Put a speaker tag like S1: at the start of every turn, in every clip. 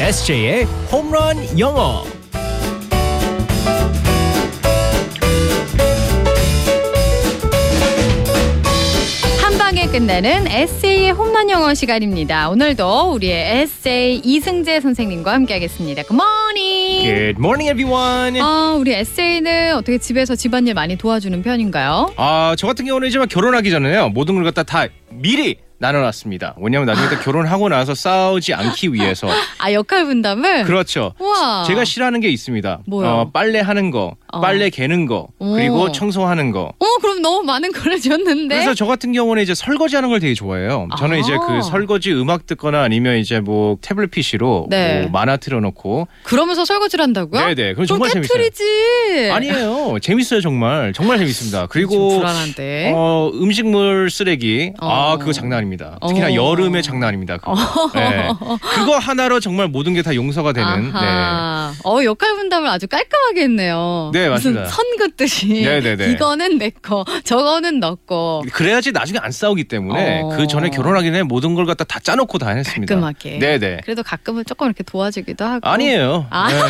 S1: SJ의 홈런 영어.
S2: 한 방에 끝내는 에세이의 홈런 영어 시간입니다. 오늘도 우리의 에세이 이승재 선생님과 함께하겠습니다. Good morning.
S1: Good morning, everyone.
S2: 어, 우리 에세이는 어떻게 집에서 집안일 많이 도와주는 편인가요?
S1: 아, 저 같은 경우는 이제 막 결혼하기 전에요. 모든 걸 갖다 다 미리 나눠놨습니다. 왜냐면 나중에 또 결혼하고 나서 싸우지 않기 위해서.
S2: 아 역할 분담을.
S1: 그렇죠.
S2: 우와.
S1: 제가 싫어하는 게 있습니다.
S2: 뭐요?
S1: 어, 빨래 하는 거,
S2: 어.
S1: 빨래 개는 거,
S2: 오.
S1: 그리고 청소하는 거.
S2: 어 그럼 너무 많은 걸 줬는데.
S1: 그래서 저 같은 경우는 이제 설거지하는 걸 되게 좋아해요. 저는
S2: 네? 아.
S1: 이제 그 설거지 음악 듣거나 아니면 이제 뭐 태블릿 PC로
S2: 네.
S1: 뭐 만화 틀어놓고.
S2: 그러면서 설거지를 한다고요?
S1: 네네. 그럼
S2: 그럼
S1: 정말 재밌어요.
S2: 깨트리지.
S1: 아니에요. 재밌어요 정말. 정말 재밌습니다.
S2: 좀
S1: 그리고
S2: 네. 아, 불안한데.
S1: 어, 음식물 쓰레기 아
S2: 어.
S1: 그거 장난 아닙니다. 특히나
S2: 어.
S1: 여름에 장난 아닙니다. 그거. 네. 그거 하나로 정말 모든 게 다 용서가 되는. 네.
S2: 아하. 어 역할 분담을 아주 깔끔하게 했네요.
S1: 네, 맞습니다.
S2: 무슨 선 긋듯이
S1: 네네네.
S2: 이거는 내 거, 저거는 너 거.
S1: 네. 그래야지 나중에 안 싸우기 때문에
S2: 어.
S1: 그 전에 결혼하기 전에 모든 걸 갖다 다 짜놓고 다 했습니다.
S2: 깔끔하게.
S1: 네네.
S2: 그래도 가끔은 조금 이렇게 도와주기도 하고.
S1: 아니에요.
S2: 아.
S1: 네.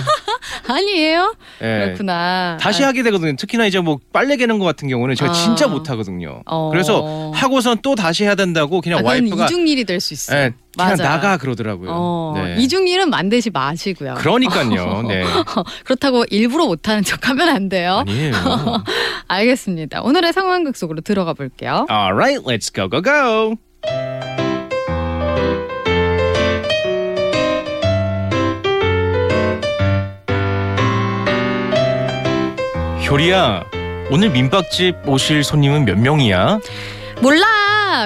S2: 아니에요?
S1: 네.
S2: 그렇구나.
S1: 다시
S2: 아,
S1: 하게 되거든요. 특히나 이제 뭐 빨래 개는 것 같은 경우는 제가
S2: 아.
S1: 진짜 못 하거든요.
S2: 어.
S1: 그래서 하고선 또 다시 해야 된다고 그냥
S2: 아, 그건
S1: 와이프가
S2: 이중일이 될 수 있어요.
S1: 예, 그냥
S2: 맞아요.
S1: 나가 그러더라고요.
S2: 어,
S1: 네.
S2: 이중일은 만드시 마시고요.
S1: 그러니까요. 네.
S2: 어? 그렇다고 일부러 못하는 척하면 안 돼요.
S1: 아니에요.
S2: 알겠습니다. 오늘의 상황극 속으로 들어가 볼게요.
S1: Alright, let's go go go. 효리야, 오늘 민박집 오실 손님은 몇 명이야?
S2: 몰라.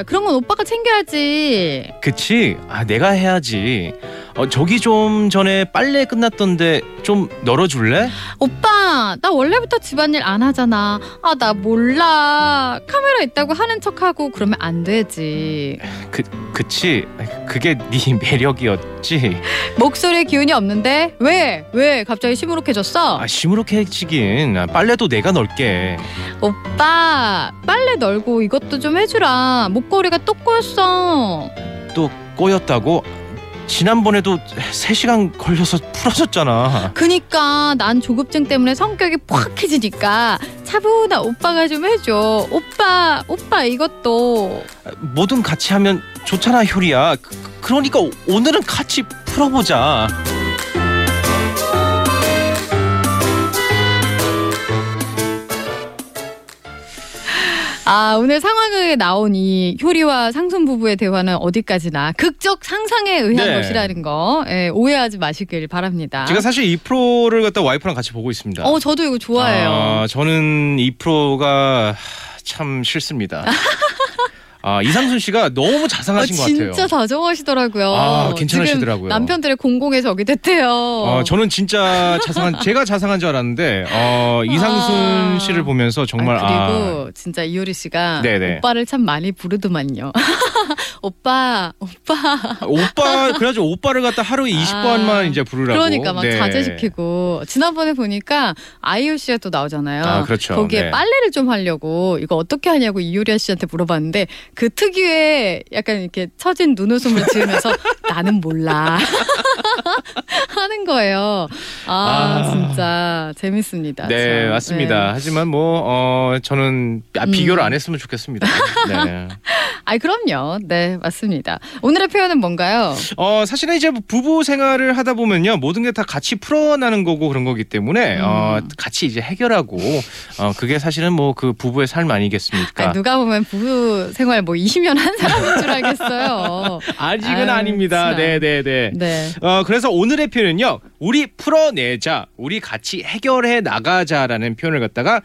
S2: 그런 건 오빠가 챙겨야지.
S1: 그치? 아, 내가 해야지. 어, 저기 좀 전에 빨래 끝났던데 좀 널어줄래?
S2: 오빠, 나 원래부터 집안일 안 하잖아. 아, 나 몰라. 카메라 있다고 하는 척하고 그러면 안 되지.
S1: 그치? 그게 네 매력이었지.
S2: 목소리에 기운이 없는데 왜? 왜 갑자기 시무룩해졌어?
S1: 아, 시무룩해지긴. 아, 빨래도 내가 널게.
S2: 오빠, 빨래 널고 이것도 좀 해주라. 목걸이가 또 꼬였어.
S1: 또 꼬였다고? 지난번에도 세시간 걸려서 풀어졌잖아.
S2: 그니까 난 조급증 때문에 성격이 퍽해지니까 차분한 오빠가 좀 해줘. 오빠, 오빠 이것도.
S1: 뭐든 같이 하면 좋잖아, 효리야. 그, 그러니까 오늘은 같이 풀어보자.
S2: 아, 오늘 상황에 나온 이 효리와 상순 부부의 대화는 어디까지나 극적 상상에 의한
S1: 네.
S2: 것이라는 거 예, 오해하지 마시길 바랍니다.
S1: 제가 사실 이 프로를 갖다 와이프랑 같이 보고 있습니다.
S2: 아. 어, 저도 이거 좋아해요.
S1: 아, 저는 이 프로가 참 싫습니다. 아, 이상순 씨가 너무 자상하신
S2: 아,
S1: 것 같아요.
S2: 진짜 다정하시더라고요.
S1: 아, 괜찮으시더라고요.
S2: 지금 남편들의 공공의 적이 됐대요.
S1: 아, 저는 진짜 자상한 제가 자상한 줄 알았는데 어, 이상순
S2: 아.
S1: 씨를 보면서 정말
S2: 아,
S1: 아,
S2: 그리고 진짜 이효리 씨가
S1: 네네.
S2: 오빠를 참 많이 부르더만요. 오빠, 오빠.
S1: 아, 오빠 그래가지고 오빠를 갖다 하루에 20번만 이제 부르라고
S2: 아. 그러니까 막
S1: 네.
S2: 자제시키고 지난번에 보니까 아이유 씨가 또 나오잖아요.
S1: 아, 그렇죠.
S2: 거기에
S1: 네.
S2: 빨래를 좀 하려고 이거 어떻게 하냐고 이효리 씨한테 물어봤는데 그 특유의 약간 이렇게 처진 눈웃음을 지으면서 나는 몰라 하는 거예요. 아,
S1: 아.
S2: 진짜 재밌습니다.
S1: 네
S2: 참.
S1: 맞습니다.
S2: 그렇죠. 네.
S1: 하지만 뭐 어, 저는 아,
S2: 음.
S1: 비교를 안 했으면 좋겠습니다. 네.
S2: 아이 그럼요. 네 맞습니다. 오늘의 표현은 뭔가요?
S1: 어 사실은 이제 부부 생활을 하다 보면요 모든 게 다 같이 풀어나는 거고 그런 거기 때문에 어,
S2: 음.
S1: 같이 이제 해결하고 어, 그게 사실은 뭐 그 부부의 삶 아니겠습니까?
S2: 아, 누가 보면 부부 생활 뭐 20년 한 사람인 줄 알겠어요.
S1: 아직은
S2: 아유,
S1: 아, 닙니다
S2: 참.
S1: 네네네.
S2: 네.
S1: 어, 그래서 오늘의 표현은요, 우리 풀어내자, 우리 같이 해결해 나가자라는 표현을 갖다가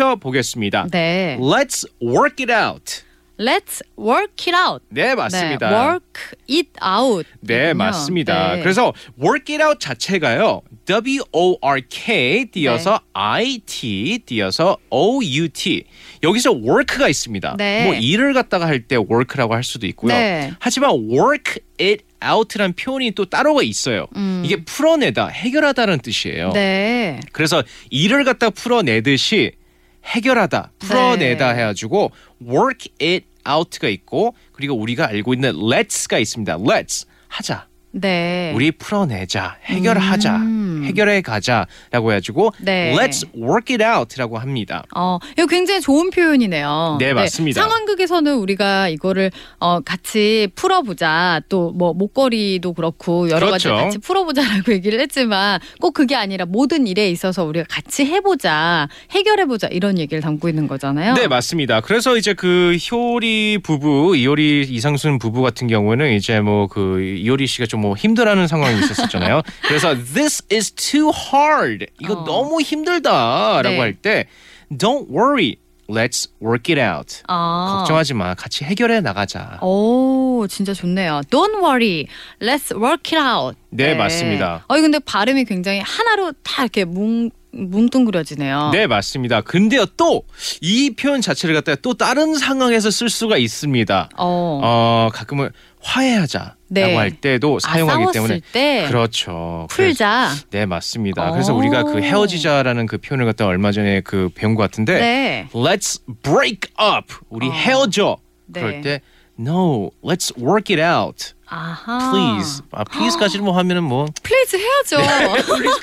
S1: 살펴보겠습니다.
S2: 네.
S1: Let's work it out.
S2: Let's work it out.
S1: 네,
S2: 네.
S1: 맞습니다.
S2: Work it out.
S1: 네, 맞습니다.
S2: 네.
S1: 그래서 work it out 자체가요. W O R K 띄어서
S2: 네.
S1: I T 띄어서 O U T. 여기서 work가 있습니다.
S2: 네.
S1: 뭐 일을 갖다가 할 때 work라고 할 수도 있고요.
S2: 네.
S1: 하지만 work it out란 표현이 또 따로가 있어요.
S2: 음.
S1: 이게 풀어내다, 해결하다는 뜻이에요.
S2: 네.
S1: 그래서 일을 갖다 풀어내듯이 해결하다, 풀어내다
S2: 네.
S1: 해가지고 work it out가 있고 그리고 우리가 알고 있는 let's가 있습니다. let's 하자,
S2: 네.
S1: 우리 풀어내자, 해결하자,
S2: 음.
S1: 해결해 가자라고 해가지고
S2: 네.
S1: Let's work it out라고 합니다.
S2: 어, 이거 굉장히 좋은 표현이네요.
S1: 네, 맞습니다.
S2: 상황극에서는 우리가 이거를 어, 같이 풀어보자. 또 뭐 목걸이도 그렇고 여러
S1: 그렇죠.
S2: 가지 같이 풀어보자라고 얘기를 했지만 꼭 그게 아니라 모든 일에 있어서 우리가 같이 해보자, 해결해보자 이런 얘기를 담고 있는 거잖아요.
S1: 네, 맞습니다. 그래서 이제 그 효리 부부, 이효리 이상순 부부 같은 경우는 이제 뭐 그 이효리 씨가 좀 뭐 힘들어하는 상황이 있었었잖아요. 그래서 this is too hard. 이거
S2: 어.
S1: 너무 힘들다라고
S2: 네.
S1: 할 때 don't worry. Let's work it out.
S2: 아.
S1: 걱정하지 마. 같이 해결해 나가자.
S2: 오, 진짜 좋네요. Don't worry. Let's work it out.
S1: 네, 맞습니다.
S2: 어, 근데 발음이 굉장히 하나로 다 이렇게 뭉, 뭉뚱그려지네요.
S1: 네, 맞습니다. 근데요, 또 이 표현 자체를 갖다가 또 다른 상황에서 쓸 수가 있습니다.
S2: 어.
S1: 어, 가끔은 화해하자라고
S2: 네.
S1: 할 때도 사용하기
S2: 아,
S1: 때문에
S2: 싸웠을 때
S1: 그렇죠. 그래서-
S2: 풀자.
S1: 네, 맞습니다.
S2: 어.
S1: 그래서 우리가 그 헤어지자라는 그 표현을 갖다 얼마 전에 그 배운 것 같은데
S2: 네.
S1: Let's break up. 우리
S2: 어.
S1: 헤어져. 그럴
S2: 네.
S1: 때 No, let's work it out.
S2: 아하.
S1: Please. 아, please까지는 뭐 하면은 뭐
S2: 플리즈 해야죠.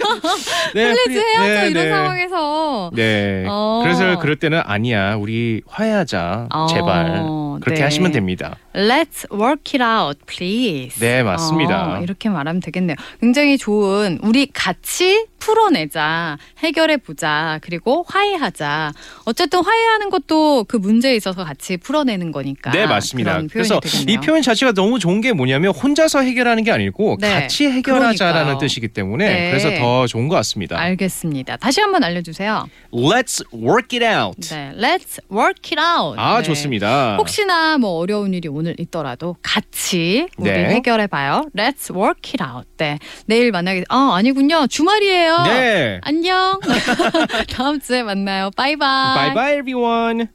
S1: 네,
S2: 플리즈
S1: please.
S2: 해야죠.
S1: 네,
S2: 이런
S1: 네.
S2: 상황에서.
S1: 네.
S2: 어.
S1: 그래서 그럴 때는 아니야. 우리 화해하자.
S2: 어,
S1: 제발. 그렇게
S2: 네.
S1: 하시면 됩니다.
S2: Let's work it out, please.
S1: 네, 맞습니다.
S2: 어, 이렇게 말하면 되겠네요. 굉장히 좋은 우리 같이 풀어내자, 해결해 보자, 그리고 화해하자. 어쨌든 화해하는 것도 그 문제에 있어서 같이 풀어내는 거니까.
S1: 네, 맞습니다.
S2: 그러니까 그런 표현이
S1: 그래서 이
S2: 되겠네요.
S1: 표현 자체가 너무 좋은 게 뭐냐면 혼자서 해결하는 게 아니고
S2: 네,
S1: 같이 해결하자라는
S2: 그러니까요.
S1: 뜻이기 때문에
S2: 네.
S1: 그래서 더 좋은 것 같습니다.
S2: 알겠습니다. 다시 한번 알려주세요.
S1: Let's work it out.
S2: 네, Let's work it out.
S1: 아
S2: 네.
S1: 좋습니다.
S2: 혹시나 뭐 어려운 일이 오늘 있더라도 같이 우리
S1: 네.
S2: 해결해 봐요. Let's work it out. 네. 내일 만나게 아, 아니군요. 주말이에요.
S1: 네.
S2: 안녕. 다음 주에 만나요.
S1: Bye
S2: 바이바이.
S1: bye everyone.